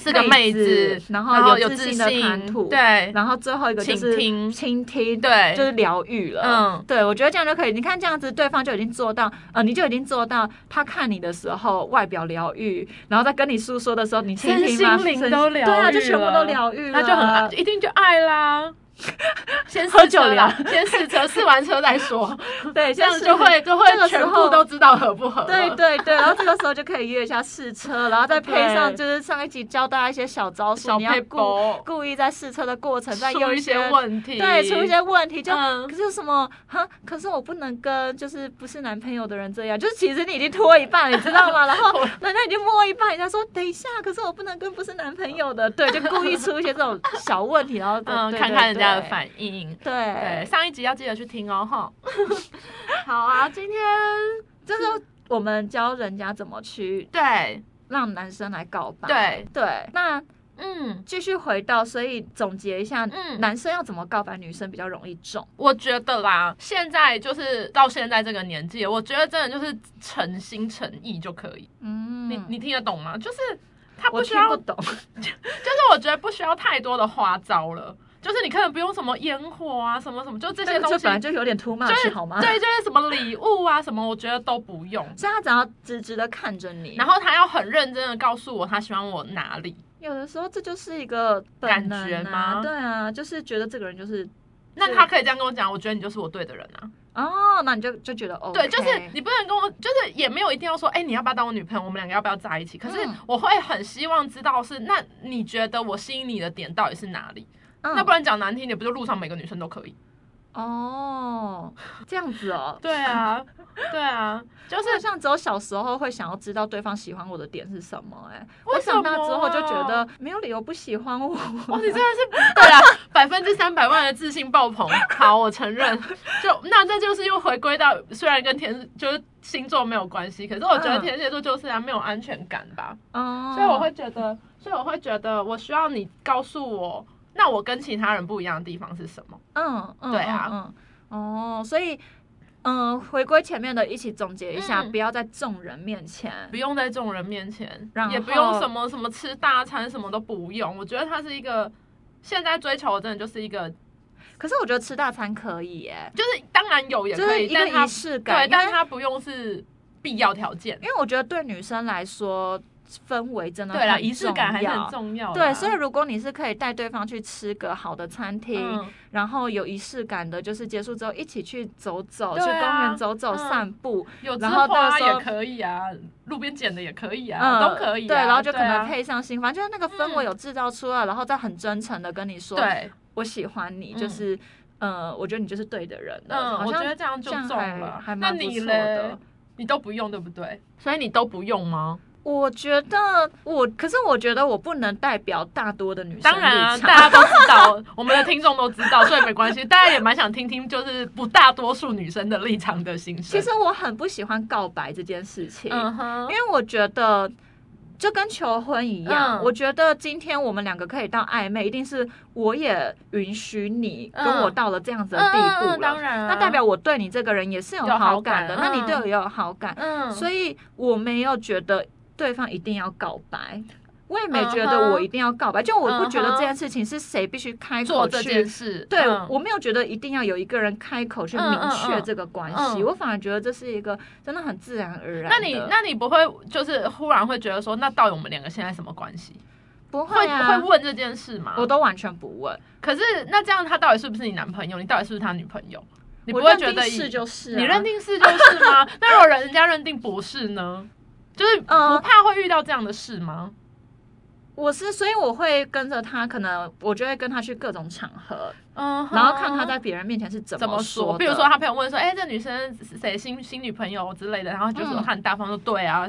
是个妹子，
然
然后
后
有
自
自
信的谈吐，
信，对
然后最后一个就是
倾听
倾听，
对
就是疗愈了。
哎嗯
嗯，对，我觉得这样就可以。你看这样子，对方就已经做到，呃，你就已经做到。他看你的时候，外表疗愈，然后在跟你诉说的时候，你倾听吗？
身心灵
身
都疗愈
对啊，就全部
了
都疗愈了，
那就很啊爱一定就爱啦。先试
喝酒
车啦
聊
先试车，试完车再说， [laughs]
对，
这样
是
就会就会
这个时
全
候
部都知道合不合了。
对对对，然后这个时候就可以约一下试车，然后再配上
对
就是上一集教大家一些小招数，
小
你要
配
故
包
故意在试车的过程再
出
有
一些
些
问题，
对，出一些问题就。
嗯
可是什么？哈，可是我不能跟就是不是男朋友的人这样，就是其实你已经拖一半，你知道吗？然
[laughs]
后人家已经摸一半，人家说等一下，可是我不能跟不是男朋友的，对，就故意出一些这种小问题，然后
嗯，
对
看看人家的。
对
反应。
对
对，
对，
上一集要记得去听哦， [laughs] 哈。好啊，今天
就是我们教人家怎么去
对
让男生来告白。
对，
对，那
嗯
继续回到，所以总结一下，
嗯，
男生要怎么告白，女生比较容易中。
我觉得啦，现在就是到现在这个年纪，我觉得真的就是诚心诚意就可以。
嗯，
你你听得懂吗？就是他不
我
需
听
要
不懂。
就是我觉得不需要太多的花招了，就是你可能不用什么烟火啊，什么什么，就这
[laughs]
些
个
东
就
西
本，来就有点 too
就是
much 好吗？
[laughs] 对，就是什么礼物啊，什么，我觉得都不用。
所以他只要直直的看着你，
然
后
后他要很认真的告诉我他喜欢我哪里，
有的时候这就是一个本能、啊、
感觉吗
对啊，就是觉得这个人就是
那他可以这样跟我讲，我觉得你就是我对的人啊。
哦，那你就就觉得哦，
对，就是你不能跟我，就是也没有一定要说，哎、你要不要当我女朋友？我们两个要不要在一起？可是
嗯
我会很希望知道是，那你觉得我吸引你的点到底是哪里？
嗯
那不然讲难听点，不就路上每个女生都可以？
哦，这样子哦。
对啊，对啊， [laughs] 就
就是是像只有小时候会想要知道对方喜欢我的点是什么、哎，
为
我
什
长大
么
之后就觉
啊
得没有理由不喜欢我。
[laughs] 哦，你真的是对啊，百分之三百万的自
[laughs]
信爆棚。好，我承认，就那这就是又回归到，虽然跟天就是星座没有关系，可是我觉得
嗯
天蝎座就是啊没有安全感吧，
哦，
所以我会觉得，所以我会觉得我需要你告诉我，那我跟其他人不一样的地方是什么？
嗯，嗯
对啊，
嗯，哦，所以，嗯，回归前面的，一起总结一下，
嗯
不要在众人面前
不，用在众人面前
然，后
也不用什么什么吃大餐，什么都不用。我觉得它是一个。现在追求的真的就是一个，
可是我觉得吃大餐可以耶，
就是当然有也
就
可
是
以，
一
但
个
它
仪式感，
对，
因为
但它不用是必要条件。
因为我觉得对女生来说，氛围真的
对啦，
很
仪式
重
感还是
要
很重要的啦。
对，所以如果你是可以带对方去吃个好的餐厅，
嗯
然后有仪式感的，就是结束之后一起去走走，
对啊
去公园走走、
嗯
散步，
有枝
然后啊到
花
时候
也可以啊，路边捡的也可以啊，
嗯，
都可以啊。
对，然后就可能
对啊
配上新房，就是那个氛围
嗯
有制造出来，然后再很真诚的跟你说，
对，
我喜欢你，
嗯
就是、呃，我觉得你就是对的人了。
嗯，
呃好
我觉得
像
这样就
这样
中
还
了
还。
那
蛮不
你
错
嘞
的，。
你都不用对
[laughs]
不对？所以你都不用吗？
我觉得我，可是我觉得我不能代表大多的女生
当然啊，
立场
大家都
[laughs]
知道，我们的听众都知道，所以没关系。大家也蛮想听听，就是不大多数女生的立场的心
其
声。
实我很不喜欢告白这件事情，
嗯哼
因，为我觉得。就跟求婚一样，
嗯
我觉得今天我们两个可以到暧昧，一定是我也允许你跟我
嗯
到了这样子的地
嗯
步了。
嗯当然啊，
那代表我对你这个人也是有
有好
好感的，
感
那你
嗯
对我也有好感，
嗯，
所
以
以我没有觉得对方一定要告白，我也没觉得我一定要告白，就我不觉得这件事情是谁必须开
做
口
这
去
件。事，
对，
嗯
我没有觉得一定要有一个人开口去
嗯嗯
明确
嗯
这个关
嗯
系，我反而觉得这是一个真的很自然而然的。
那你那你不会就是忽然会觉得说，那到底我们两个现在什么关系？
不
会
会啊
会？问这件事吗？
我都完全不问，
可是那这样，他到底是不是你男朋友？你到底是不是他女朋友？你不
我
会
认
觉
定
得
是就是啊，
你认定是就是吗？
[laughs]
那如果人家认定不是呢？就是不
嗯
怕会遇到这样的事吗？
我是，所以我会跟着他，可能我就会跟他去各种场合，
嗯哼，
然后看他在别人面前是哦怎
怎么
说的。
比如说，他朋友问说：“哎、这女生是谁新新女朋友之类的？”然后就说
嗯
他很大方说：“对啊，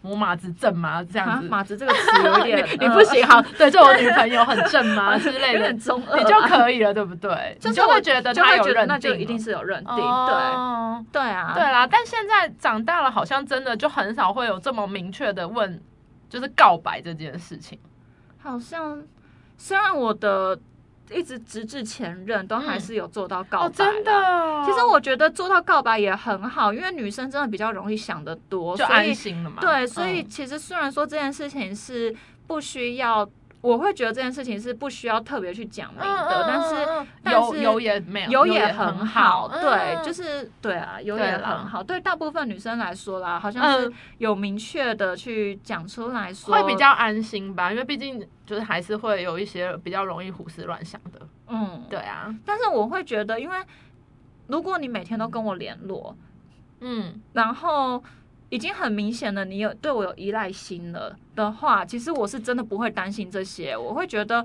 母马子正吗？这样
啊
子。
马子这个词有 [laughs] 点，
你你
呃
不行，好，对，就我女朋友很正吗之
[laughs]
类
有
的
点，中二啊，
你就可以了，对不对？
[laughs] 就是
你就
我
会觉得
就会
他有
觉得
认
那就
定，
一定是有认定，对
哦
对啊，
对啦。但现在长大了，好像真的就很少会有这么明确的问，就是告白这件事情。
好像虽然我的一直直至前任都还
嗯
是有做到告白、
哦，真的。哦，
其实我觉得做到告白也很好，因为女生真的比较容易想得多，
就
所
安
以
心了嘛。
对，所以
嗯
其实虽然说这件事情是不需要，我会觉得这件事情是不需要特别去讲明的，但是
嗯
但
有
是
有也没有，
有
也
也很好，对，
嗯
就是对啊，有
对
也
啦
很好，对大部分女生来说啦，好像是
嗯，
有明确的去讲出来说，
会比较安心吧，因为毕竟就是还是会有一些比较容易胡思乱想的。
嗯，
对啊，
但是我会觉得，因为如果你每天都跟我联络，
嗯，
然后已经很明显了，你有对我有依赖心了的话，其实我是真的不会担心这些。我会觉得，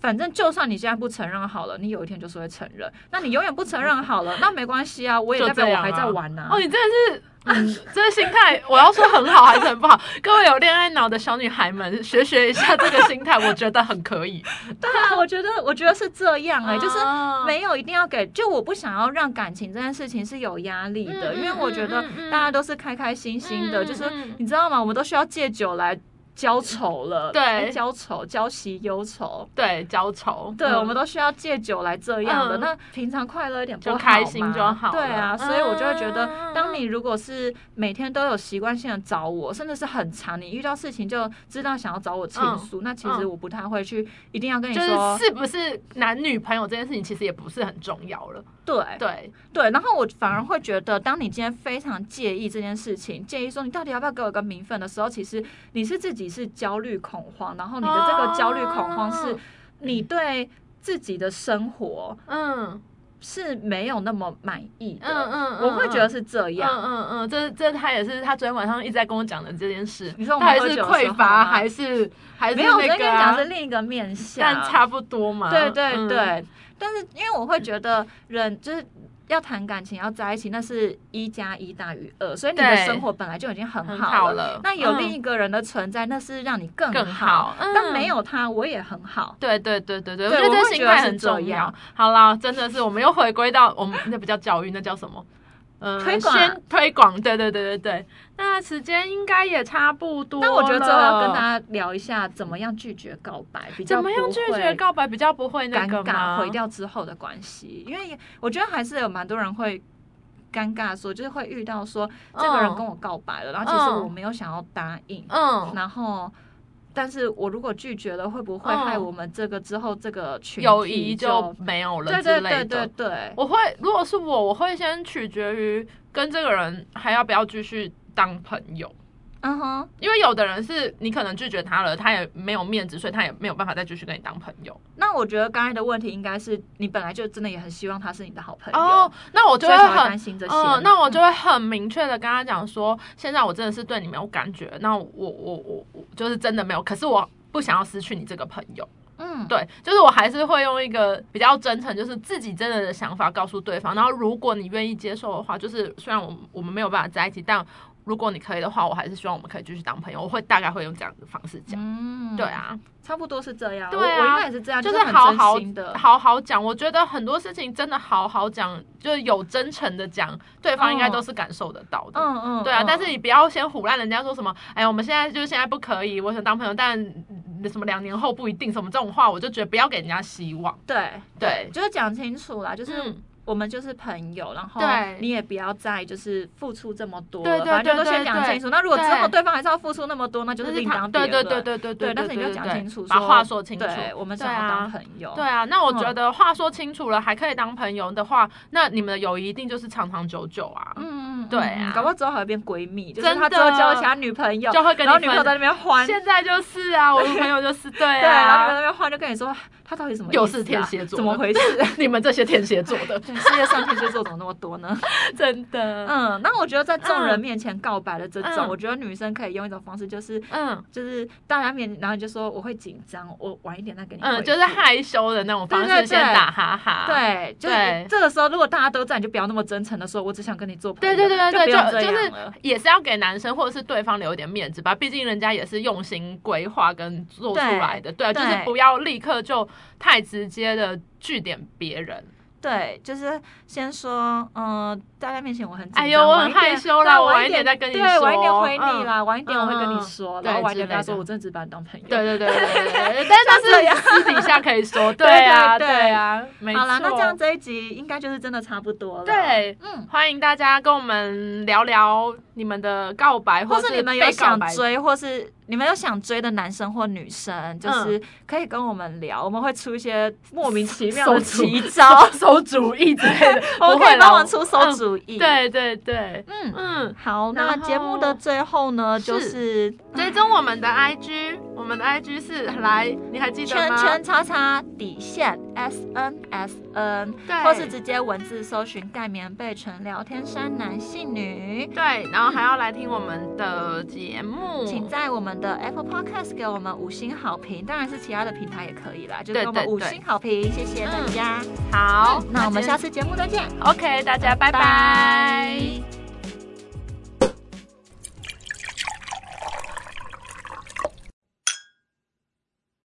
反正就算你现在不承认好了，你有一天就是会承认。那你永远不承认好了，那没关系啊，我也
就
代表
这
我
样
还在
啊
玩呢、
哦，你真的是。嗯，这个心态，我要说很好还是很不好。 [laughs] 各位有恋爱脑的小女孩们，学学一下这个心态，我觉得很可以。
对
[laughs]
啊，我觉得我觉得是这样 [laughs] 哎、就是。
啊
没有一定要给，就我不想要让感情这件事情是有压力的，
嗯
因为
嗯
我
嗯
觉得
嗯嗯
大家都是开开心心的，
嗯嗯
就是
嗯
你知道吗？我们都需要借酒来浇愁了，
对
哎浇愁，浇熄忧愁。
对交愁，
对，
嗯
我们都需要借酒来这样的。
嗯
那平常快乐一点不
就
好
开心
吗
就好
对啊，
了
所以我就会觉得，
嗯
当你如果是每天都有习惯性的找我，甚至是很长，你遇到事情就知道想要找我倾诉，那其实
嗯
我不太会去一定要跟你
就
说，
是是不是男女朋友这件事情，其实也不是很重要了。
对
对，
对。然后我反而会觉得，当你今天非常介意这件事情，介意说你到底要不要给我一个名分的时候，其实你是自己是焦虑恐慌，然后你的这个焦虑恐慌是
哦
你对自己的生活。
嗯
是没有那么满意的，
嗯嗯嗯
我会觉得是这样。
嗯嗯嗯，这这他也是他昨天晚上一直在跟我讲的这件事。
你说我们
到
喝
底是
酒的时
匮
候吗
乏还是还是
没有，我
那
在跟你
个啊、
讲是另一个面向，
但差不多嘛。
对对
嗯
对。但是因为我会觉得人就是要谈感情要在一起，那是一加一大于二，所以你的
对
生活本来就已经很
很
好
好
了。
了。
那有
嗯
另一个人的存在，那是让你更
更
好。
好，嗯
但没。有他，我也很好。
对对对对对，我
对
觉得
我
这
会
心
觉得
态
是
很
这
重要
样。
好啦，真的是我们又回归到我们那不叫教育，那叫什么？嗯，
推广啊
先推广，对对对对对。那时间应该也差不多了。
但我觉得最后要跟大家聊一下，怎么样拒绝告白，比较
怎么样
不
拒
会
绝告白比较不会那
尴
个
尬
吗？
毁掉之后的关系，因为我觉得还是有蛮多人会尴尬说，就是会遇到说这个人跟我告白了，然后其实
嗯
我没有想要答应，
嗯，
然后但是我如果拒绝了，会不会
嗯
害我们这个之后这个群体
友谊
就
就没有了
对
之
对
类
对对
的。
对，
我会，如果是我，我会先取决于跟这个人还要不要继续当朋友，
嗯哼，
因为有的人是你可能拒绝他了，他也没有面子，所以他也没有办法再继续跟你当朋友。
那我觉得刚才的问题应该是你本来就真的也很希望他是你的好朋友，
哦，那我就
所以
会
才会
很
担心这些嘛。
嗯，那我就会很明确的跟他讲说，现在我真的是对你没有感觉，那我我我我就是真的没有，可是我不想要失去你这个朋友。
嗯
对，啊就是我还是会用一个比较真诚，就是自己真的的想法告诉对方。然后，如果你愿意接受的话，就是虽然我们我们没有办法在一起，但如果你可以的话，我还是希望我们可以继续当朋友。我会大概会用这样的方式讲。
嗯
对，啊，
差不多是这样。
对
我我
啊
应该也是这样，
就是是
很
好
真
好
心的，
好好讲。我觉得很多事情真的好好讲，就是有真诚的讲，对方应该
嗯
都是感受得到的。
嗯嗯，
对啊，
嗯
但是你不要先唬烂人家说什么，哎，我们现在就是现在不可以，我想当朋友，但嗯什么两年后不一定，什么这种话，我就觉得不要给人家希望。
对
对，
就是讲清楚啦，就是
嗯
我们就是朋友，然后
对
你也不要再就是付出这么多
对
了，
对
反正就
对
都先
对
讲
对
清楚。那如果之后
对
对方还是要付出那么多，那就是另
他
当别
对
论。
对对对对
对但是你就
对
讲
对
清楚
把
说
话说清楚。
对，我们想
对
要
啊
当朋友。
对啊，那我
嗯
觉得话说清楚了，还可以当朋友的话，那你们的友谊一定就是长长久久啊，
嗯，嗯嗯
对啊
搞不好之后还会变闺蜜，就是
真的
她之后交了其他女朋友，
就会跟
然后
你
女朋友在那
分。
边欢，
[laughs] 现在就是啊，我的朋友就是对
对，然后女朋友在
啊，
那边欢就跟你说，他到底什么意思啊、
又是天蝎座的
怎么回
[laughs]
事？
你们这些天蝎座的，
对，世界上天蝎座怎么那么多呢？
真的，
嗯，那我觉得在众人面前告白的这种，
嗯
我觉得女生可以用一种方式，就是
嗯
就是大家面，然后就说我会紧张，我晚一点再给你回复。
嗯，就是害羞的那种方
对对
式，
对
先打哈哈，
对，就是
对
这个时候，如果大家都在，你就不要那么真诚的说，我只想跟你做朋友。
对对对
就
对
不要这
对，就
样
是
了。
也是要给男生或者是对方留一点面子吧，毕竟人家也是用心规划跟做出来的，对，啊
对
就是不要立刻就太直接的据点别人。
对，就是先说，嗯、大家面前我很紧张
哎呦我很
晚一点
害羞啦
对
我
晚
晚一点再跟你
对，
说
晚一点回你啦，晚一点我会跟你
嗯
说，
嗯
然后
对
晚一点跟他
之类
说，
的
我真的只把你当朋友。
对对对对对对， [laughs] 但是那是私底下可以说， [laughs] 对啊
对
对
对对
啊，没错。
好啦，那这样这一集应该就是真的差不多了。，
对。
嗯，
欢迎大家跟我们聊聊你们的告白，
或
是
是你们有
被告
想
白的
追，或是你们有想追的男生或女生，
嗯
就是可以跟我们聊，我们会出一些莫名其妙的
馊主
奇招，
馊主意之类
[laughs]，
的
我们
[laughs] 不
可
会
以
啦
帮忙出馊主意。
嗯。，对对对，
嗯。
嗯，
好，
然
那
后
节目的最后呢，就是
追踪我们的 IG，我们的 IG 是来，你还记得
圈
吗？
圈叉叉底线 S N S N，
对，
或是直接文字搜寻“盖棉被纯聊天山男性女
对，然后还要来听我们的节”，目，
请在我们的 Apple Podcast 给我们五星好评，当然是其他的平台也可以啦，就给我们
对对嗯
五
对
星好评，谢谢大家。
好，
那我们
今
下次节目再见，
OK，大家拜拜。
拜。